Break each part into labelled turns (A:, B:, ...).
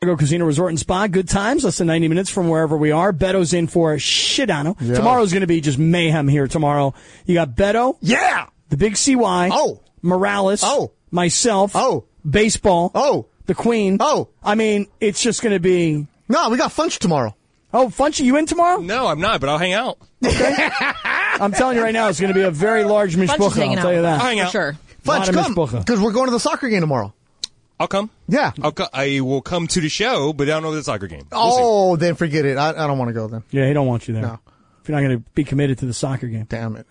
A: Chicago Casino Resort and Spa. Good times, less than 90 minutes from wherever we are. Beto's in for Shidano.
B: Yeah.
A: Tomorrow's going to be just mayhem here tomorrow. You got Beto.
B: Yeah.
A: The big CY.
B: Oh.
A: Morales.
B: Oh.
A: Myself.
B: Oh.
A: Baseball.
B: Oh.
A: The Queen.
B: Oh.
A: I mean, it's just going to be.
B: No, we got Funch tomorrow.
A: Oh, Funchy, you in tomorrow?
C: No, I'm not, but I'll hang out.
A: I'm telling you right now, it's going to be a very large
D: Bunch is
A: mishpucha. I'll
D: hanging out
A: tell you
D: with us,
A: that.
C: Hang
D: for
C: out.
D: sure.
A: Lot
B: Funch,
A: of
B: come
A: mishpucha.
B: because we're going to the soccer game tomorrow.
C: I'll come.
B: Yeah.
C: I'll co- I will come to the show, but I don't know the soccer game. We'll see.
B: oh, then forget it. I, I don't want to go then.
A: Yeah, he don't want you there.
B: No.
A: If you're not going to be committed to the soccer game.
B: Damn it.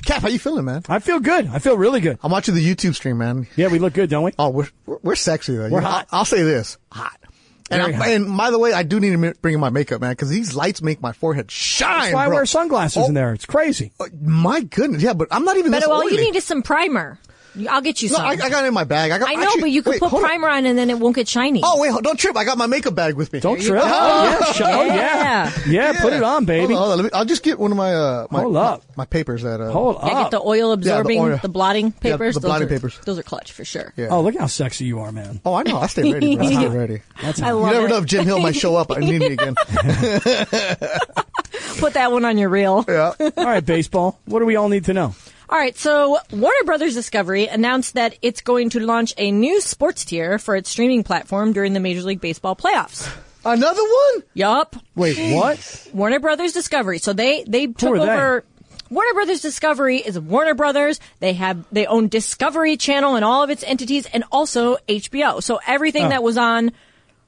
B: Cap, how you feeling, man?
A: I feel good. I feel really good.
B: I'm watching the YouTube stream, man.
A: Yeah, we look good, don't we?
B: Oh, we're we're, we're sexy though.
A: We're
B: You know,
A: hot.
B: I'll say this, hot. And,
A: Very
B: I'm-
A: hot.
B: and by the way, I do need to mi- bring in my makeup, man, because these lights make my forehead shine.
A: That's why I
B: bro.
A: wear sunglasses in there. It's crazy.
B: Oh, my goodness, yeah, but I'm not even.
D: But
B: this
D: all
B: oily.
D: you need is some primer. I'll get you
B: No,
D: some.
B: I, I got it in my bag. I, got,
D: I know,
B: actually-
D: but you could
B: wait,
D: put
B: hold on.
D: primer on and then it won't get shiny.
B: Oh wait, hold- don't trip. I got my makeup bag with me.
A: Don't trip.
D: go.
A: Oh, yeah. Sh- oh, yeah.
D: Yeah.
A: yeah. put it on, baby.
B: Hold on, hold on, let me- I'll just get one of my uh, my,
A: Hold up.
B: my papers that. Uh,
A: Hold
D: yeah,
A: up.
D: get the oil absorbing, the,
B: oil.
D: blotting
B: Yeah,
D: papers.
B: the blotting
D: those are,
B: papers.
D: Those are clutch for sure.
B: Yeah.
A: Oh, look how sexy you are, man.
B: Oh, I know. I stay ready. Bro. I stay ready.
D: I
B: You
D: love
B: never
D: it.
B: know if Jim Hill might show up. I need me again.
D: Put that one on your reel.
A: All right, baseball. What do we all need to know?
D: All right, so Warner Brothers Discovery announced that it's going to launch a new sports tier for its streaming platform during the Major League Baseball playoffs.
B: Another one?
D: Yup.
A: Wait, what?
D: Warner Brothers Discovery. So they they took
A: are they?
D: over. Warner Brothers Discovery is Warner Brothers. They have they own Discovery Channel and all of its entities, and also HBO. So everything
A: Oh.
D: that was on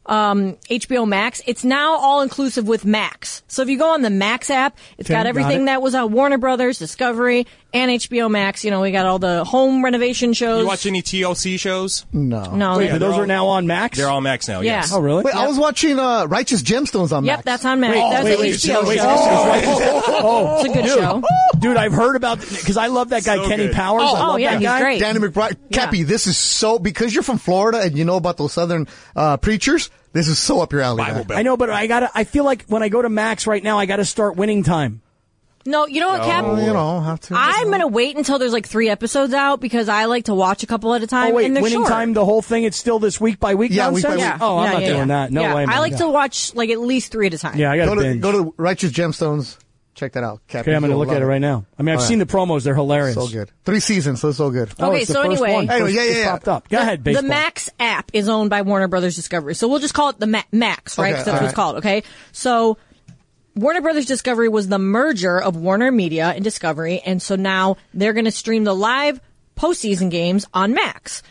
D: um, HBO Max, it's now all inclusive with Max. So if you go on the Max app, it's
A: Okay,
D: got
A: got
D: everything
A: it.
D: that was on Warner Brothers Discovery and HBO Max. You know, we got all the home renovation shows.
C: You watch any TLC shows?
B: No.
D: no,
A: Oh. Wait,
D: they-
A: those
C: all-
A: are now on Max?
C: They're on Max now.
D: Yeah.
C: Yes.
A: Oh, really?
B: Wait, I was watching uh, Righteous Gemstones on
D: yep,
B: Max.
D: that's on Max. That's
A: wait,
D: an
A: wait,
D: HBO
A: wait,
D: show.
A: wait,
D: it's a good show.
A: Dude, I've heard about because I love that guy
C: So
A: Kenny
C: good.
A: Powers. I
D: oh,
A: love
D: yeah,
A: that
D: he's
A: guy.
D: great.
B: Danny McBride.
D: Yeah.
B: Cappy, this is so because you're from Florida and you know about those Southern uh, preachers. This is so up your alley.
C: Bible
B: man.
C: Belt.
A: I know, but I got. to I feel like when I go to Max right now, I got to start winning time.
D: No, you know what, Cap?
C: Oh,
B: Well, you know, have to.
D: I'm gonna wait until there's like three episodes out because I like to watch a couple at a time.
A: Oh wait,
D: and they're
A: winning
D: short.
A: time the whole thing. It's still this week by week
B: Yeah, week by
A: nonsense.
B: week.
A: Oh, I'm
D: Yeah,
A: not
D: yeah,
A: doing
D: yeah.
A: that. No
D: Yeah,
A: way. Man.
D: I like
A: yeah.
D: to watch like at least three at a time.
A: Yeah, I got
B: go to
A: binge.
B: go to Righteous Gemstones. Check that out. Cappy.
A: okay, I'm going to
B: You'll
A: look at
B: love
A: it right now. I mean, I've
B: Oh, yeah.
A: seen the promos; they're hilarious.
B: So good. Three seasons. So it's so good.
A: Oh,
D: Okay,
A: it's the
D: so
A: first
D: anyway-
A: one.
B: Anyway,
A: First-
B: yeah, yeah,
A: it
B: yeah.
A: popped up. Go ahead, baseball.
D: The Max app is owned by Warner Brothers Discovery, so we'll just call it the Ma- Max, right?
B: Okay,
D: 'Cause that's what it's
B: all
D: called. Okay, so Warner Brothers Discovery was the merger of Warner Media and Discovery, and so now they're going to stream the live postseason games on Max.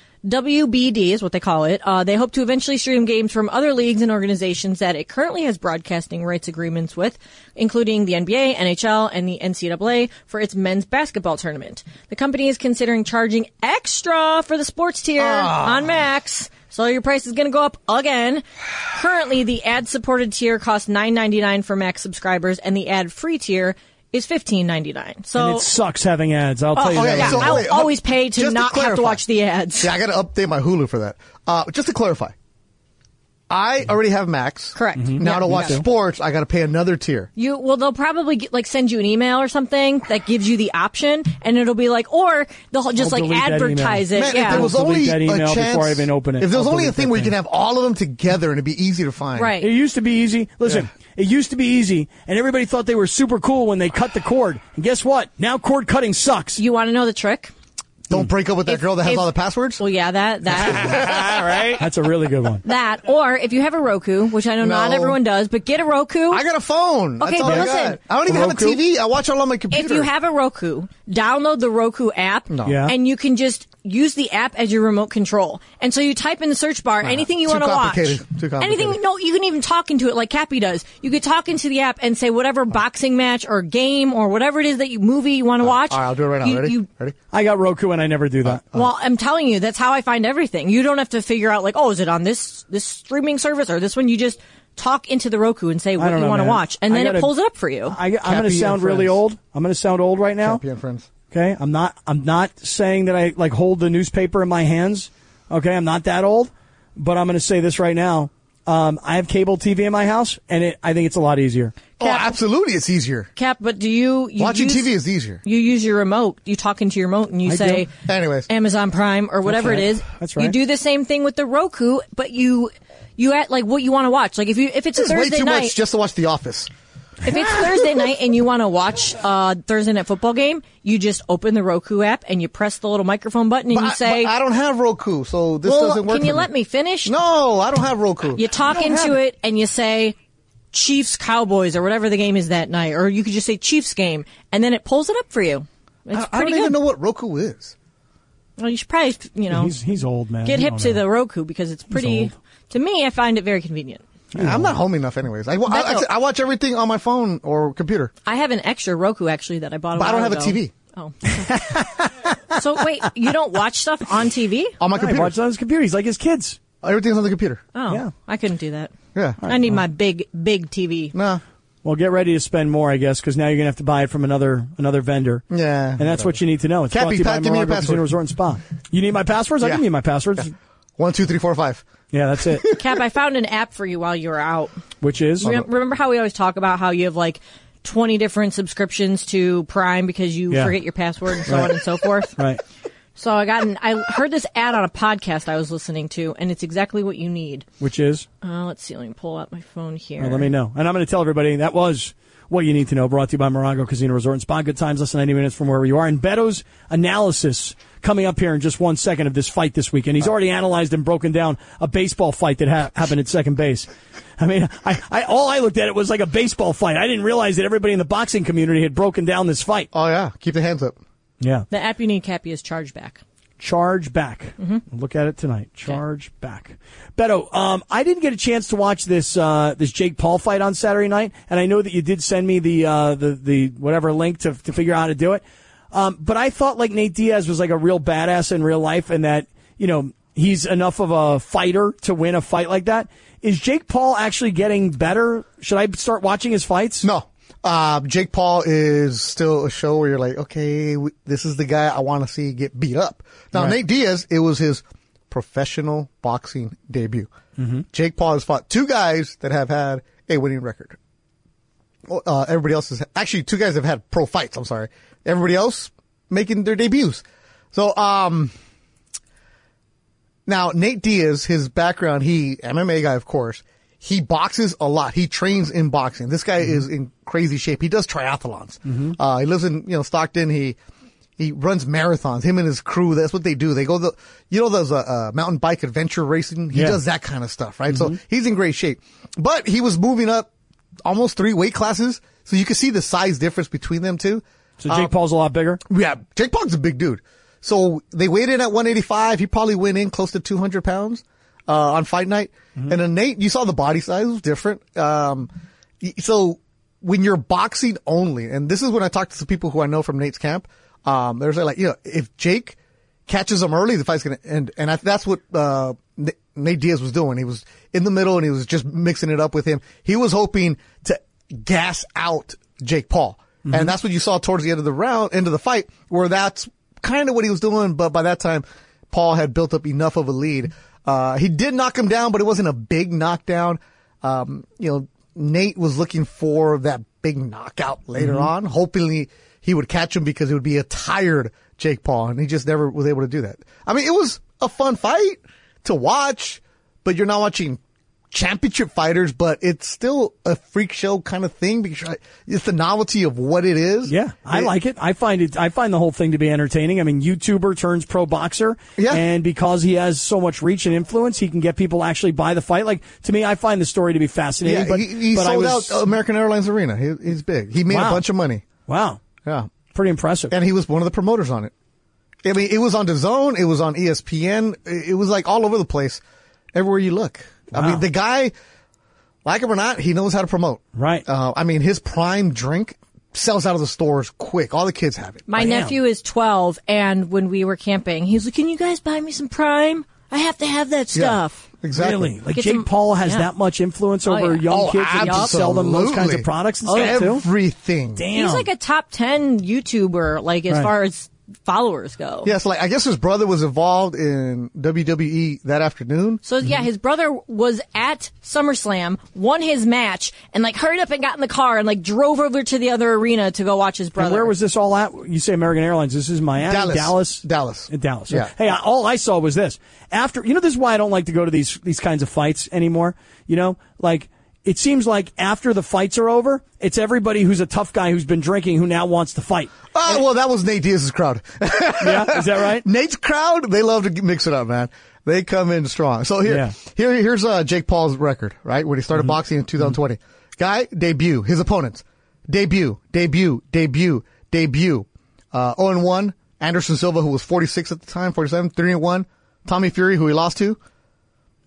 D: WBD is what they call it. Uh, they hope to eventually stream games from other leagues and organizations that it currently has broadcasting rights agreements with, including the NBA, NHL, and the NCAA for its men's basketball tournament. The company is considering charging extra for the sports tier on Max. So your price is going to go up again. Currently, the ad-supported tier costs nine ninety nine for Max subscribers, and the ad-free tier is fifteen ninety nine.
A: And
D: So oh,
A: it sucks having ads. I'll tell you
B: Oh, okay,
A: that.
D: yeah,
B: so
D: I'll
B: wait, hold-
D: always pay
B: just
D: to
B: to
D: not have
B: clarify.
D: to watch the ads.
B: Yeah, I got to update my Hulu for that. Uh, just to clarify, I
A: Mm-hmm.
B: already have Max.
D: Correct. Mhm.
B: Now to
D: Yeah,
B: watch
D: you do.
B: sports, I got to pay another tier.
D: You well, they'll probably get, like send you an email or something that gives you the option, and it'll be like, or they'll just
A: I'll
D: like
A: delete that email.
D: advertise it.
B: Man,
D: yeah,
B: if there was
A: I'll
B: only
A: delete that
B: a
A: email
B: chance,
A: before I even open it.
B: if there was
A: I'll
B: only a
A: delete
B: thing
A: that
B: where you
A: thing.
B: can have all of them together and it'd be easy to find.
D: right.
A: It used to be easy. Listen, it used to be easy, and everybody thought they were super cool when they cut the cord. And guess what? Now cord cutting sucks.
D: you want to know the trick?
B: Don't break up with that
D: If-
B: girl that has
D: if-
B: all the passwords.
D: Well, yeah, that that.
C: All right.
A: That's a really good one.
D: That or if you have a Roku, which I know not
B: No.
D: everyone does, but get a Roku.
B: I got a phone.
D: Okay,
B: That's all
D: but
B: I
D: listen.
B: got. I don't even
A: Roku?
B: have a TV. I watch all on my computer.
D: If you have a Roku, download the Roku app,
A: Yeah.
D: and you can just use the app as your remote control. And so you type in the search bar anything you
B: too
D: want to watch,
B: complicated. Too complicated.
D: anything. No, you can even talk into it like Cappy does. You could talk into the app and say whatever boxing match or game or whatever it is that you movie you want to watch.
B: all right, I'll do it right now.
D: You-
B: Ready?
D: you-
B: Ready? Uh.
A: I got Roku, and I never do that.
D: well, I'm telling you, that's how I find everything. You don't have to figure out like, oh, is it on this this streaming service or this one? You just talk into the Roku and say
A: I
D: what
A: don't
D: you
A: know,
D: want to
A: man.
D: watch, and
A: I
D: then
A: gotta-
D: it pulls it up for you.
A: I, I'm going to
B: Cappy and
A: sound really
B: friends.
A: old. I'm going to sound old right now.
B: Happy and friends.
A: Okay, I'm not. I'm not saying that I like hold the newspaper in my hands. Okay, I'm not that old, but I'm going to say this right now. Um, I have cable TV in my house, and it, I think it's a lot easier.
B: Oh,
D: Cap-
B: absolutely, it's easier.
D: Cap, but do you, you
B: Watching
D: use-
B: TV is easier.
D: You use your remote. You talk into your remote and you
A: I
D: say,
B: do. Anyways.
D: Amazon Prime or whatever
A: right.
D: it is.
A: That's
D: You
A: right.
D: do the same thing with the Roku, but you you at like what you want to watch. Like if you if it's a
B: It's way
D: Thursday
B: too
D: night,
B: much just to watch The Office.
D: if it's Thursday night and you want to watch uh, Thursday night football game, you just open the Roku app and you press the little microphone button and
B: But,
D: you
B: I-
D: say,
B: but I don't have Roku, so this
D: "Well,
B: doesn't work.
D: can you
B: for
D: let me finish?"
B: No, I don't have Roku.
D: You talk into it and you say Chiefs Cowboys or whatever the game is that night, or you could just say Chiefs game, and then it pulls it up for you. It's
B: I, I don't
D: pretty good.
B: even know what Roku is.
D: Well, you should probably you know
A: He's he's old man.
D: get
A: He
D: hip
A: don't
D: to
A: know.
D: the Roku because it's pretty.
A: old.
D: To me, I find it very convenient.
B: I'm not home enough, anyways. I, wa- I,
D: That's
B: I- I watch everything on my phone or computer.
D: I have an extra Roku actually that I bought. A
B: But I don't
D: while
B: have a
D: ago.
B: TV.
D: Oh, so wait, you don't watch stuff on TV?
B: On my
A: I
B: computer,
A: watch it on his computer. He's like his kids.
B: everything's on the computer.
D: Oh,
A: Yeah.
D: I couldn't do that.
B: Yeah.
D: I need my big, big TV.
B: Nah.
A: Well, get ready to spend more, I guess, because now you're gonna have to buy it from another another vendor.
B: Yeah.
A: and that's what you need to know. It's
B: Cappy,
A: brought to you
B: Pat,
A: by
B: give me your
A: Morongo Casino
B: password.
A: Resort and Spa. You need my passwords? I
B: Yeah.
A: give you my passwords. Yeah,
B: One, two, three, four, five.
A: that's it.
D: Cap, I found an app for you while you were out.
A: Which is
D: Rem- Remember how we always talk about how you have like 20 different subscriptions to Prime because you
A: Yeah.
D: forget your password and so on and so forth?
A: right.
D: So I got an, I heard this ad on a podcast I was listening to, and it's exactly what you need.
A: Which is
D: Uh, let's see. Let me pull out my phone here.
A: Well, let me know. And I'm going to tell everybody that was what you need to know. Brought to you by Morongo Casino Resort and Spa. Good times, less than 90 minutes from wherever you are. And Beto's analysis coming up here in just one second of this fight this weekend. He's already analyzed and broken down a baseball fight that ha- happened at second base. I mean, I, I, all I looked at it was like a baseball fight. I didn't realize that everybody in the boxing community had broken down this fight.
B: Oh yeah, keep the hands up.
A: Yeah.
D: The app you need, Cappy, is Chargeback.
A: Charge back. Look at it tonight. Charge back. Beto, um, I didn't get a chance to watch this uh, this Jake Paul fight on Saturday night, and I know that you did send me the uh, the the whatever link to to figure out how to do it. Um, but I thought like Nate Diaz was like a real badass in real life, and that you know he's enough of a fighter to win a fight like that. Is Jake Paul actually getting better? Should I start watching his fights?
B: No. Uh, Jake Paul is still a show where you're like, okay, w- this is the guy I want to see get beat up. Now, Nate Diaz, it was his professional boxing debut. Jake Paul has fought two guys that have had a winning record. Uh, everybody else is actually two guys have had pro fights. I'm sorry. Everybody else making their debuts. So, um, now Nate Diaz, his background, he MMA guy, of course. He boxes a lot. He trains in boxing. This guy is in crazy shape. He does triathlons. Uh, he lives in you know Stockton. He he runs marathons. Him and his crew. That's what they do. They go the you know those uh, uh, mountain bike adventure racing. He
A: Yeah.
B: does that kind of stuff, right? So he's in great shape. But he was moving up almost three weight classes, so you can see the size difference between them two.
A: So Jake Paul's a lot bigger.
B: Yeah, Jake Paul's a big dude. So they weighed in at 185. He probably went in close to 200 pounds uh, on fight night. And then Nate, you saw the body size was different. Um, y- so when you're boxing only, and this is when I talked to some people who I know from Nate's camp, um, they're saying like, you know, if Jake catches him early, the fight's going to end. And I, that's what uh, N- Nate Diaz was doing. He was in the middle and he was just mixing it up with him. He was hoping to gas out Jake Paul. And that's what you saw towards the end of the round, end of the fight, where that's kind of what he was doing. But by that time, Paul had built up enough of a lead. Uh, he did knock him down, but it wasn't a big knockdown. Um, you know, Nate was looking for that big knockout later on. Hopefully he would catch him because it would be a tired Jake Paul. And he just never was able to do that. I mean, it was a fun fight to watch, but you're not watching championship fighters, but it's still a freak show kind of thing because I- it's the novelty of what it is.
A: Yeah, I like it. I find it. I find the whole thing to be entertaining. I mean, YouTuber turns pro boxer,
B: Yeah.
A: and because he has so much reach and influence, he can get people to actually buy the fight. Like to me, I find the story to be fascinating.
B: Yeah,
A: but
B: he, he
A: but I
B: sold
A: was,
B: out uh, American Airlines Arena. He, he's big. He made
A: Wow.
B: a bunch of money.
A: Wow,
B: Yeah,
A: pretty impressive.
B: and he was one of the promoters on it. I mean, it was on the zone. It was on E ESPN. It it was like all over the place, everywhere you look. I
A: Wow.
B: mean, the guy, like him or not, he knows how to promote.
A: Right.
B: Uh, I mean, his prime drink sells out of the stores quick. All the kids have it.
D: My
A: Damn.
D: nephew is 12, and when we were camping, he was like, Can you guys buy me some Prime? I have to have that stuff.
B: Yeah, exactly.
A: Really, like
D: Get
A: Jake
D: some-
A: Paul has
D: yeah.
A: that much influence
D: Oh,
A: over
D: yeah. Oh,
A: young
B: Oh,
A: kids that he can sell them those kinds
B: absolutely.
A: of products and stuff too.
B: Everything.
A: Damn,
D: He's like a top 10 YouTuber, like as
A: Right.
D: far as followers go.
B: Yes, like I guess his brother was involved in WWE that afternoon.
D: So
A: Mm-hmm.
D: yeah, his brother was at SummerSlam, won his match, and like hurried up and got in the car and like drove over to the other arena to go watch his brother.
A: And where was this all at? You say American Airlines. This is Miami,
B: Dallas.
A: Dallas,
B: Dallas.
A: Uh, Dallas.
B: Yeah.
A: Hey, I, all I saw was this. After you know, this is why I don't like to go to these these kinds of fights anymore. You know, like it seems like after the fights are over, it's everybody who's a tough guy who's been drinking who now wants to fight.
B: Oh well, that was Nate Diaz's crowd.
A: Yeah, is that right?
B: Nate's crowd, they love to g- mix it up, man. They come in strong. So here,
A: Yeah. Mm-hmm.
B: here, here's uh, Jake Paul's record, right? When he started boxing in 2020, guy debut, his opponents, debut, debut, debut, debut. Uh, 0 and 1, Anderson Silva, who was 46 at the time, 47, 3 and 1, Tommy Fury, who he lost to,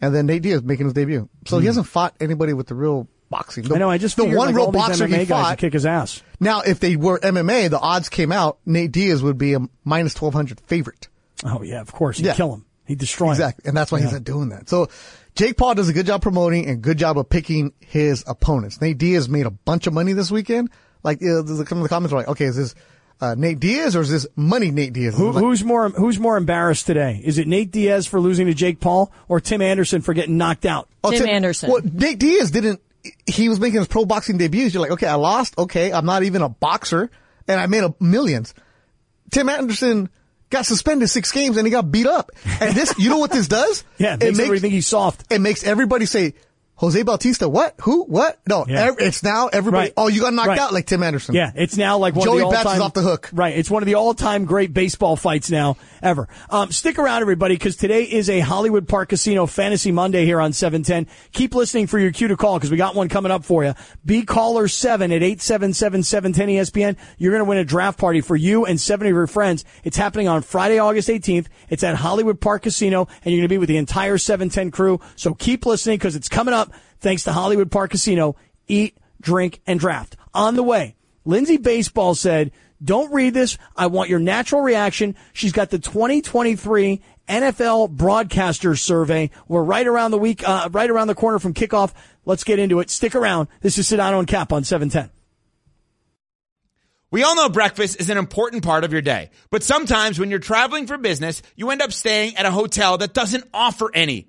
B: and then Nate Diaz making his debut. So he hasn't fought anybody with the real boxing. The,
A: Mm. I know. I just
B: the
A: figured,
B: one
A: like,
B: real
A: all these
B: boxer
A: MMA
B: he
A: guys would
B: fought.
A: kick his ass.
B: Now, if they were MMA, the odds came out. Nate Diaz would be a minus twelve hundred favorite.
A: Oh yeah, of course. He'd
B: Yeah.
A: kill him. He'd destroy him.
B: Exactly, and that's why he's not doing that. So, Jake Paul does a good job promoting and good job of picking his opponents. Nate Diaz made a bunch of money this weekend. Like, you know, there's- some of the comments were like, "Okay, is this uh, Nate Diaz or is this money Nate Diaz?"
A: Who,
B: Like,
A: who's more Who's more embarrassed today? Is it Nate Diaz for losing to Jake Paul or Tim Anderson for getting knocked out?
B: oh,
D: Tim Anderson.
B: Well, Nate Diaz didn't. He was making his pro boxing debuts. You're like, okay, I lost. Okay, I'm not even a boxer, and I made a millions. Tim Anderson got suspended six games and he got beat up. And this, you know what this does?
A: Yeah, it makes, everybody think he's soft.
B: it makes everybody say, Jose Bautista, what? Who? What? No,
A: Yeah.
B: ev- it's now everybody.
A: Right.
B: Oh, you got knocked
A: Right.
B: out like Tim Anderson.
A: Yeah, it's now like one
B: Joey
A: of the
B: Bats
A: all-time,
B: is off the hook.
A: Right, it's one of the all-time great baseball fights now ever. Um, stick around, everybody, because today is a Hollywood Park Casino Fantasy Monday here on 710. Keep listening for your cue to call because we got one coming up for you. Be caller seven E at 877-710 ESPN. You're going to win a draft party for you and 70 of your friends. It's happening on Friday, August 18th. It's at Hollywood Park Casino, and you're going to be with the entire 710 crew. So keep listening because it's coming up. Thanks to Hollywood Park Casino. Eat drink, and draft. On the way, Lindsay Baseball said, don't read this. I want your natural reaction. She's got the 2023 NFL broadcaster survey. We're right around the week, uh, right around the corner from kickoff. Let's get into it. Stick around. This is Sedano and Cap on 710.
E: We all know breakfast is an important part of your day, but sometimes when you're traveling for business, you end up staying at a hotel that doesn't offer any.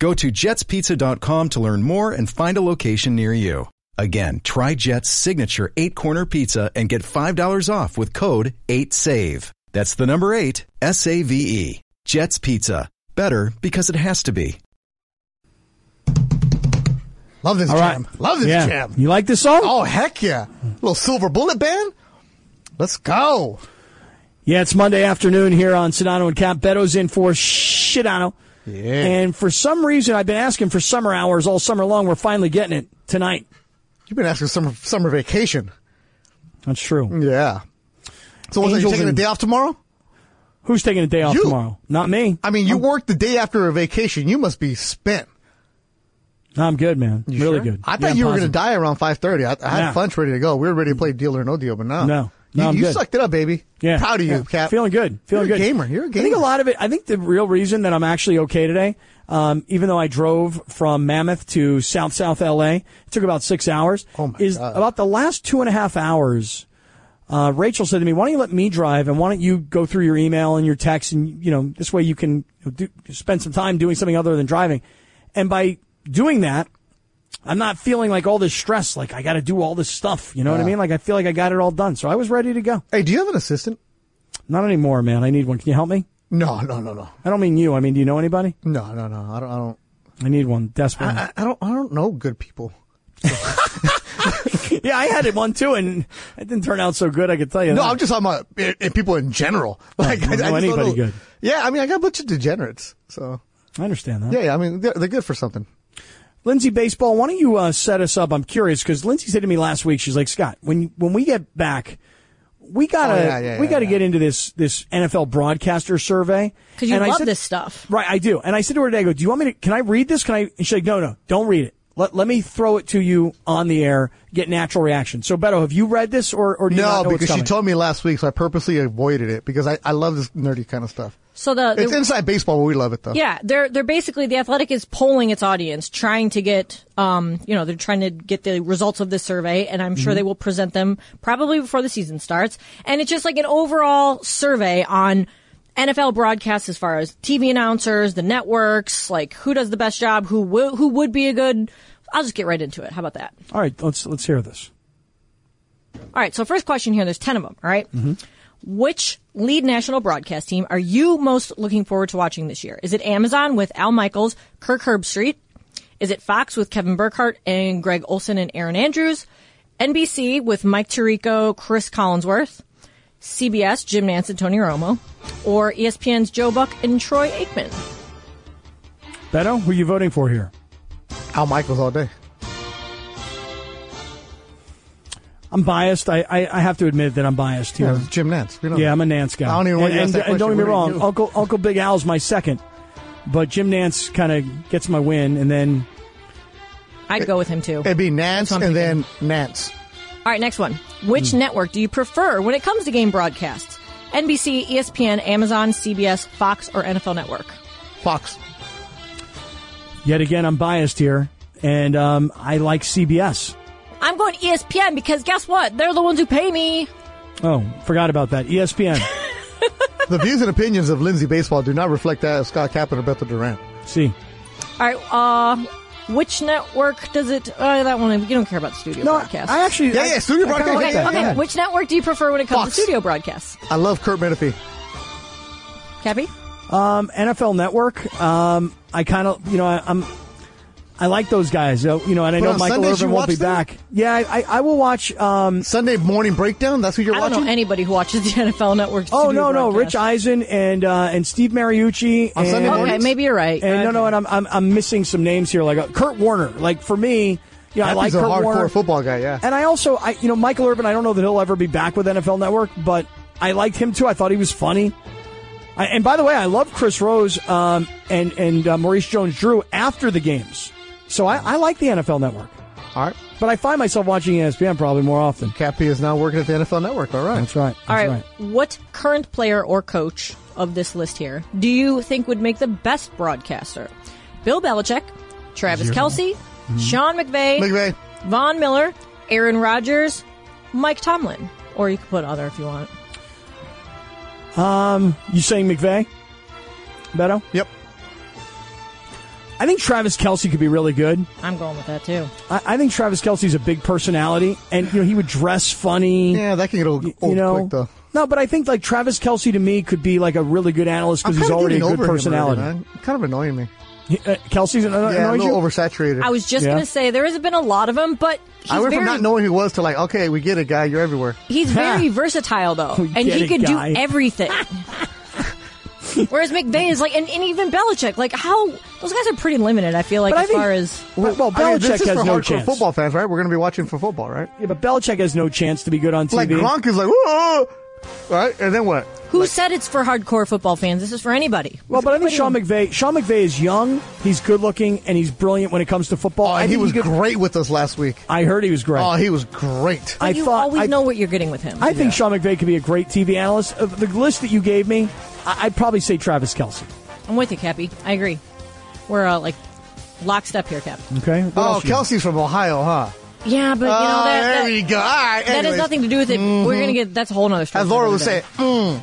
F: Go to jetspizza.com to learn more and find a location near you. Again, try Jet's signature 8-corner pizza and get $5 off with code 8SAVE. That's the number 8, S-A-V-E. E. Jet's Pizza. Better because it has to be.
B: Love this
A: All right.
B: jam. Love this
A: yeah.
B: jam.
A: You like this song?
B: Oh, heck yeah. Little silver bullet band. Let's go.
A: Yeah, it's Monday afternoon here on Sedano and Cap. Beto's in for Shidano. Yeah. And for some reason, I've been asking for summer hours all summer long. We're finally getting it tonight.
B: You've been asking summer summer vacation.
A: That's true.
B: Yeah. So, was it you
A: Angels
B: taking a
A: and-
B: day off tomorrow?
A: Who's taking a day off
B: You.
A: tomorrow? Not me.
B: I mean, you worked the day after a vacation. You must be spent.
A: I'm good, man.
B: You
A: really
B: sure?
A: good.
B: I thought
A: Yeah, I'm
B: you were going to
A: positive.
B: die around five thirty. I, I had
A: Nah.
B: lunch ready to go. We were ready to play deal or no deal, but no,
A: No. No,
B: you,
A: I'm
B: you
A: good.
B: sucked it up, baby.
A: Yeah,
B: proud of you,
A: yeah.
B: Cap.
A: Feeling good. Feeling
B: You're
A: good.
B: A gamer, you're a gamer.
A: I think a lot of it. I think the real reason that I'm actually okay today, um, even though I drove from Mammoth to South South LA, it took about six hours.
B: Oh my
A: is
B: God.
A: about the last two and a half hours. uh, Rachel said to me, "Why don't you let me drive, and why don't you go through your email and your text, and you know this way you can do, spend some time doing something other than driving." And by doing that, I'm not feeling like all this stress. Like I got to do all this stuff. You know what I mean? Like I feel like I got it all done. So I was ready to go.
B: Hey, do you have an assistant?
A: Not anymore, man. I need one. Can you help me?
B: No, no, no, no,
A: I don't mean you. I mean, do you know anybody?
B: no, no, no. I don't. I don't.
A: I need one desperately.
B: I, I don't. I don't know good people. uh.
A: yeah, I had it one too, and it didn't turn out so good. I could tell you.
B: No,
A: that.
B: I'm just talking about i- i- people in general. Like,
A: Uh-uh. Uh, I don't know
B: just
A: anybody good.
B: Yeah, I mean, I got a bunch of degenerates. So
A: I understand that.
B: yeah, yeah I mean, they're, they're good for something.
A: Lindsay Baseball, why don't you uh, set us up? I'm curious because Lindsay said to me last week, she's like, Scott, when when we get back, we gotta
B: Oh, yeah, yeah,
A: we
B: yeah,
A: gotta
B: yeah.
A: get into this this NFL broadcaster survey
D: Because you
A: And I
D: love
A: said-
D: this stuff.
A: Right, I do. And I said to her today, I go, do you want me to, can I read this? Can I, and she's like, no, no, don't read it. Let, let me throw it to you on the air, get natural reaction. So Beto, have you read this or, or do you
B: No,
A: not know what's
B: because she
A: coming?
B: told me last week, so I purposely avoided it because I, I love this nerdy kind of stuff.
D: So the,
B: It's
D: the-
B: inside baseball, but we love it though.
D: yeah, they're they're basically the athletic is polling its audience, trying to get um you know they're trying to get the results of this survey, and I'm sure
A: Mm-hmm.
D: they will present them probably before the season starts. And it's just like an overall survey on NFL broadcasts as far as TV announcers, the networks, like who does the best job, who will, who would be a good. I'll just get right into it. How about that?
A: All right, let's, let's hear this.
D: All right. So first question here. There's ten of them. All right? Which lead national broadcast team are you most looking forward to watching this year? Is it Amazon with Al Michaels, Kirk Herbstreit? Is it Fox with Kevin Burkhardt and Greg Olson and Aaron Andrews? NBC with Mike Tirico, Chris Collinsworth? CBS, Jim Nance and Tony Romo? Or E ESPN's Joe Buck and Troy Aikman?
A: Beto, who are you voting for here?
B: Al Michaels all day.
A: I'm biased. I, I, I have to admit that I'm biased here.
B: Yeah, Jim Nance. We know
A: Yeah,
B: that.
A: I'm a Nance guy.
B: I don't even want
A: and,
B: you to ask
A: and,
B: that
A: and don't
B: question.
A: get me
B: What do you
A: wrong,
B: do?
A: Uncle Uncle Big Al's my second, but Jim Nance kind of gets my win, and then
D: I'd go with him too.
B: It'd be Nance
D: That's what I'm
B: and then Nance.
D: All right, next one. Which
A: Hmm.
D: network do you prefer when it comes to game broadcasts? NBC, ESPN, Amazon, CBS, Fox, or NFL Network?
B: Fox.
A: yet again I'm biased here, and um, I like CBS.
D: I'm going E ESPN because guess what? They're the ones who pay me.
A: Oh, forgot about that. ESPN.
B: The views and opinions of Lindsay Baseball do not reflect that of Scott Kaplan or Bethel Durant.
A: See,
D: All right, uh, which network does it? Uh, that one, you don't care about studio
A: no, I,
D: broadcasts.
A: I actually
B: Yeah,
A: I-
B: yeah, studio
A: I kinda
B: broadcast,
A: like
B: yeah,
A: that.
B: yeah,
D: okay,
B: yeah.
D: which network do you prefer when it comes
B: Fox.
D: to studio broadcasts?
B: I love Kurt Menefee.
D: Cappy?
A: Um, NFL Network. Um, I kind of you know I, I'm. I like those guys, uh, you know, and I
B: But
A: know
B: on
A: Michael
B: Sundays
A: Irvin
B: you
A: won't be
B: watch them?
A: back. Yeah, I, I, I will watch. Um,
B: Sunday morning breakdown. That's what you're
D: I don't
B: watching.
D: know anybody who watches the NFL Network.
A: oh
D: studio
A: no, no, Rich
D: broadcasts.
A: Eisen and uh, and Steve Mariucci
B: On
A: and,
B: Sunday morning?
D: Okay, maybe you're right.
A: And no, no, and I'm, I'm I'm missing some names here, like uh, Kurt Warner. Like for me, you know, I like
B: He's a
A: Kurt
B: hardcore
A: Warner.
B: football guy. Yeah.
A: And I also, I you know, Michael Irvin. I don't know that he'll ever be back with NFL Network, but I liked him too. I thought he was funny. I, and by the way, I love Chris Rose um, and and uh, Maurice Jones-Drew after the games. So I, I like the NFL Network,
B: All right.
A: but I find myself watching E ESPN probably more often.
B: Cappy is now working at the NFL Network. All right.
A: That's right. That's
D: All right,
A: right.
D: What current player or coach of this list here do you think would make the best broadcaster? Bill Belichick, Travis Kelsey,
A: Mm-hmm.
D: Sean McVay,
B: McVay.
D: Von Miller, Aaron Rodgers, Mike Tomlin. Or you could put other if you want.
A: You saying McVay? Beto?
B: Yep.
A: I think Travis Kelsey could be really good.
D: I'm going with that too.
A: I, I think Travis Kelsey's a big personality, and you know he would dress funny.
B: Yeah, that can get old,
A: y-
B: old
A: you know.
B: Oh, quick though.
A: No, but I think like Travis Kelsey to me could be like a really good analyst because he's
B: kinda
A: already a
B: getting
A: good
B: over him already,
A: personality.
B: man. Kind of annoying me.
A: He- uh, Kelsey's an,
B: Yeah, I'm a
A: annoys
B: little
A: you.
B: oversaturated.
D: I was just
A: Yeah.
D: going to say there has been a lot of them, but he's
B: I went
D: very
B: from not knowing who he was to like, okay, we get it, guy. You're everywhere.
D: he's very versatile though,
A: We
D: and
A: get
D: he
A: it,
D: could
A: guy.
D: do everything. Whereas McVay is like, and, and even Belichick, like how those guys are pretty limited. I feel like
A: But I
D: as
A: think-
D: far as
A: well, well,
B: I mean, this
A: Belichick
B: is
A: has
B: for
A: no
B: hardcore
A: chance.
B: football fans, right? We're going to be watching for football, right?
A: Yeah, but Belichick has no chance to be good on TV.
B: Like Gronk is like, whoa, right? And then what?
D: Who said it's for hardcore football fans? This is for anybody.
A: well, but I think Sean McVay. Sean McVay is young. He's good looking, and he's brilliant when it comes to football.
B: Oh,
A: I
B: and
A: think
B: he was
A: could-
B: great with us last week.
A: I heard he was great.
B: Oh, he was great.
A: I
D: you
A: thought
D: always
A: I,
D: know what you're getting with him.
A: I think Sean McVay could be a great TV analyst. Of the list that you gave me, I, I'd probably say Travis Kelsey.
D: I'm with you, Cappy. I agree. We're uh, like lockstep here, Cap.
A: Okay. What
B: Oh,
A: else you got?
B: Kelsey's from Ohio, huh?
D: Yeah, but you know
B: Ah,
D: that.
B: there
D: that-
B: we go. All right.
D: that has
B: anyways.
D: nothing to do with it. We're gonna get that's a whole nother story.
B: As Laura
D: for
B: would
D: another
B: say,
D: day.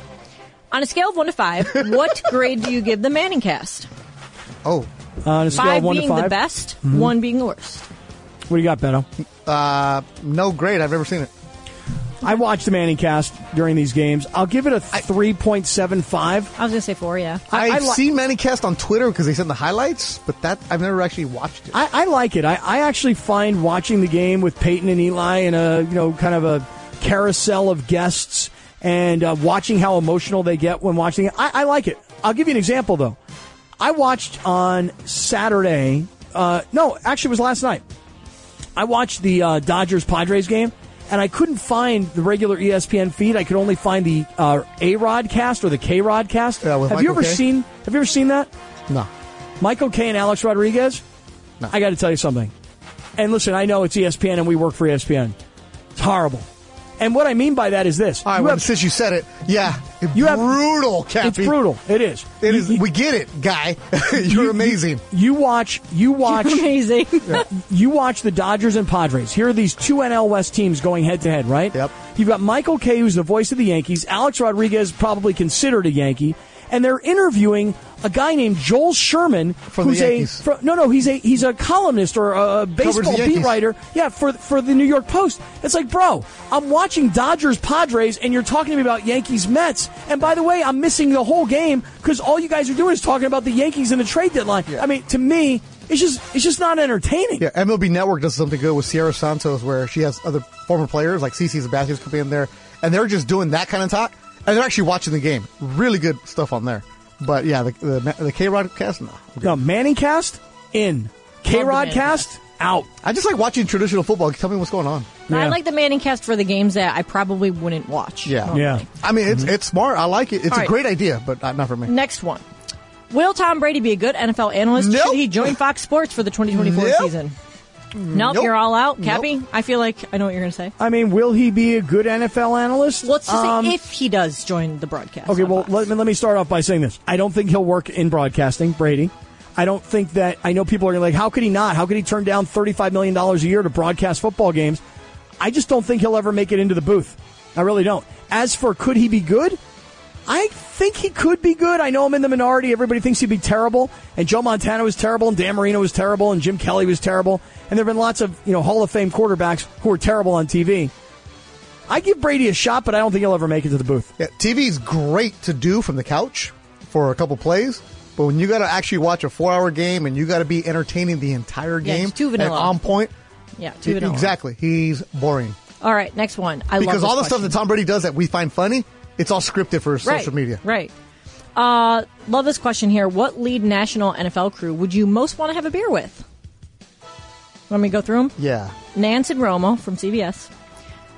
D: on a scale of one to five, what grade do you give the Manning cast?
B: oh,
A: Uh, On a scale
D: Five
A: of one
D: being
A: to five,
D: the best, one being the worst.
A: what do you got, Beto?
B: no grade. I've never seen it.
A: I watched the Manning cast during these games. I'll give it a three point seven five.
D: I was gonna say four, yeah.
A: I- I
B: I've
A: li-
B: seen Manny Cast on Twitter because they send the highlights, but that I've never actually watched it.
A: I, I like it. I, I actually find watching the game with Peyton and Eli in a you know kind of a carousel of guests and uh, watching how emotional they get when watching it. I, I like it. I'll give you an example though. I watched on Saturday. Uh, no, actually, it was last night. I watched the uh, Dodgers Padres game, and I couldn't find the regular E ESPN feed. I could only find the uh, A Rod cast or the K Rod cast.
B: Yeah,
A: have
B: with
A: you
B: Michael
A: ever
B: Kay?
A: seen? Have you ever seen that?
B: no.
A: Michael K and Alex Rodriguez. I got to tell you something. And listen, I know it's E ESPN and we work for ESPN. It's horrible. And what I mean by that is this:
B: All right,
A: you
B: well,
A: have-
B: since you said it, yeah,
A: You have-
B: brutal, Cappy.
A: it's brutal. It is.
B: It
A: You-
B: is.
A: you-
B: we get it, guy. You're amazing.
A: You watch. You watch.
D: Amazing.
A: you watch the Dodgers and Padres. Here are these two NL West teams going head to head, right?
B: Yep.
A: You've got Michael Kay, who's the voice of the Yankees, Alex Rodriguez, probably considered a Yankee, and they're interviewing a guy named Joel Sherman,
B: the
A: who's a
B: Yankees.
A: fro- no, no, he's a he's a columnist or a baseball beat
B: Yankees.
A: writer, yeah, for for the New York Post. It's like, bro, I'm watching Dodgers Padres, and you're talking to me about Yankees Mets, and by the way, I'm missing the whole game because all you guys are doing is talking about the Yankees and the trade deadline. I mean, to me. It's just, it's just not entertaining.
B: Yeah, MLB Network does something good with Sierra Santos where she has other former players like CC Sabathia coming in there, and they're just doing that kind of talk, and they're actually watching the game. Really good stuff on there. But yeah, the the, the K Rod cast, no.
A: No, Manning cast in. K Rod
D: Manning
A: cast out.
B: I just like watching traditional football. Tell me what's going on.
D: I
A: Yeah.
D: like the Manning cast for the games that I probably wouldn't watch.
B: Yeah,
A: Yeah.
B: I mean, it's it's smart. I like it. It's
D: All
B: a
D: right.
B: great idea, but not, not for me.
D: Next one. Will Tom Brady be a good NFL analyst?
B: Nope.
D: Should he join Fox Sports for the 2024
B: Nope. Mm,
D: season? Nope,
B: Nope.
D: you're all out.
B: Nope.
D: Cappy, I feel like I know what you're going to say.
A: I mean, will he be a good NFL analyst?
D: Well, let's just
A: Um,
D: say if he does join the broadcast.
A: Okay,
D: on
A: well,
D: Fox.
A: let me, let me start off by saying this. I don't think he'll work in broadcasting, Brady. I don't think that. I know people are gonna be like, how could he not? How could he turn down $35 million a year to broadcast football games? I just don't think he'll ever make it into the booth. I really don't. As for could he be good? I think he could be good. I know I'm in the minority. Everybody thinks he'd be terrible. And Joe Montana was terrible, and Dan Marino was terrible, and Jim Kelly was terrible. And there have been lots of, you know, Hall of Fame quarterbacks who are terrible on TV. I give Brady a shot, but I don't think he'll ever make it to the booth.
B: Yeah, TV is great to do from the couch for a couple plays, but when you got to actually watch a four-hour game and you got to be entertaining the entire
D: Yeah,
B: game
D: it's too
B: and
D: vanilla.
B: on point, e-
D: yeah, two and oh.
B: exactly, he's boring
D: All right, next one. I love
B: because
D: this
B: all the stuff
D: question.
B: that Tom Brady does that we find funny, it's all scripted for
D: right,
B: social media.
D: Right. Uh, love this question here. What lead national NFL crew would you most want to have a beer with? Let me to go through them.
B: Yeah,
D: Nance and Romo from CBS,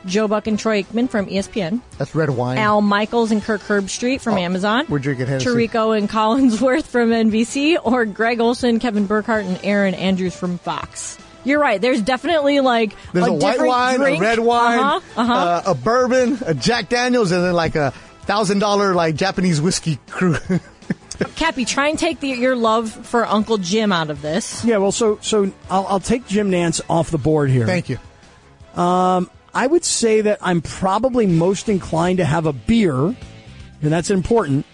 D: Joe Buck and Troy Aikman from E ESPN,
B: that's red wine.
D: Al Michaels and Kirk Herbstreit from Amazon,
B: Oh, we're drinking Hennessy.
D: Tirico and Collinsworth from NBC, or Greg Olson, Kevin Burkhardt, and Aaron Andrews from Fox. You're right. There's definitely like
B: There's a, white
D: different
B: wine,
D: drink.
B: a red wine,
D: Uh-huh, uh-huh.
B: uh, a bourbon, a Jack Daniels, and then like a thousand dollar like Japanese whiskey crew. Uh,
D: Cappy, try and take the, your love for Uncle Jim out of this.
A: Yeah, well, so so I'll, I'll take Jim Nance off the board here.
B: Thank you.
A: I would say that I'm probably most inclined to have a beer, and that's important.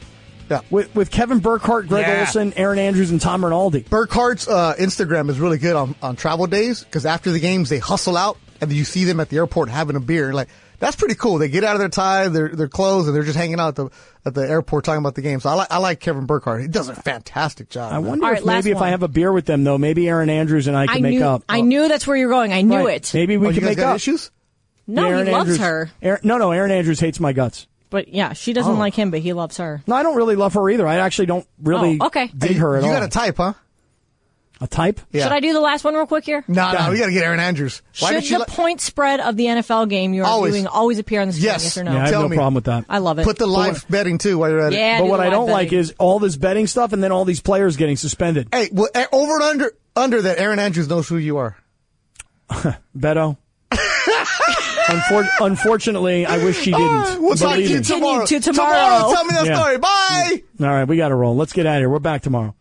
B: Yeah.
A: With, with Kevin Burkhardt, Greg
E: Yeah.
A: Olson, Aaron Andrews, and Tom Rinaldi.
B: Burkhart's uh, Instagram is really good on, on travel days because after the games they hustle out and you see them at the airport having a beer. Like that's pretty cool. They get out of their tie, their their clothes, and they're just hanging out at the at the airport talking about the game. So I like I like Kevin Burkhart. He does a fantastic job.
A: I
B: man.
A: wonder
D: All right,
A: if
D: last
A: maybe if
D: one.
A: I have a beer with them, though, maybe Aaron Andrews and I can
D: I
A: make
D: knew,
A: up.
D: I knew that's where you're going. I knew
A: Right.
D: it.
A: Maybe we
B: Oh, you
A: can
B: guys
A: make
B: got
A: up.
B: issues.
D: no, he
A: Aaron
D: loves
A: Andrews-
D: her.
A: Aaron- no, no, Aaron Andrews hates my guts.
D: But yeah, she
B: Oh.
D: doesn't like him, but he loves her.
A: No, I don't really love her either. I actually don't really
D: Oh, okay.
A: dig her at
B: you
A: all.
B: got a type, huh?
A: a type?
B: Yeah.
D: Should I do the last one real quick here?
B: No, no, we got to get Aaron Andrews.
D: Should
B: did she
D: the
B: li-
D: point spread of the NFL game you're
B: Always.
D: doing always appear on the screen? Yes,
B: Yes.
D: or no?
A: Yeah, I have
B: Tell
A: no
B: me.
A: problem with that.
D: I love it.
B: put the live betting too while you're at it?
D: yeah,
A: but
D: do
A: what
D: the
A: I
D: live
A: don't like
D: betting.
A: is all this betting stuff and then all these players getting suspended.
B: Hey, well, eh, over and under under that Aaron Andrews knows who you are.
A: Beto. Unfor- unfortunately, I wish she didn't.
B: We'll talk to
A: Believe
B: you
A: me.
D: Continue
B: tomorrow.
D: to tomorrow.
B: Tell me that
A: Yeah.
B: story. Bye.
A: All right, we got to roll. Let's get out of here. We're back tomorrow.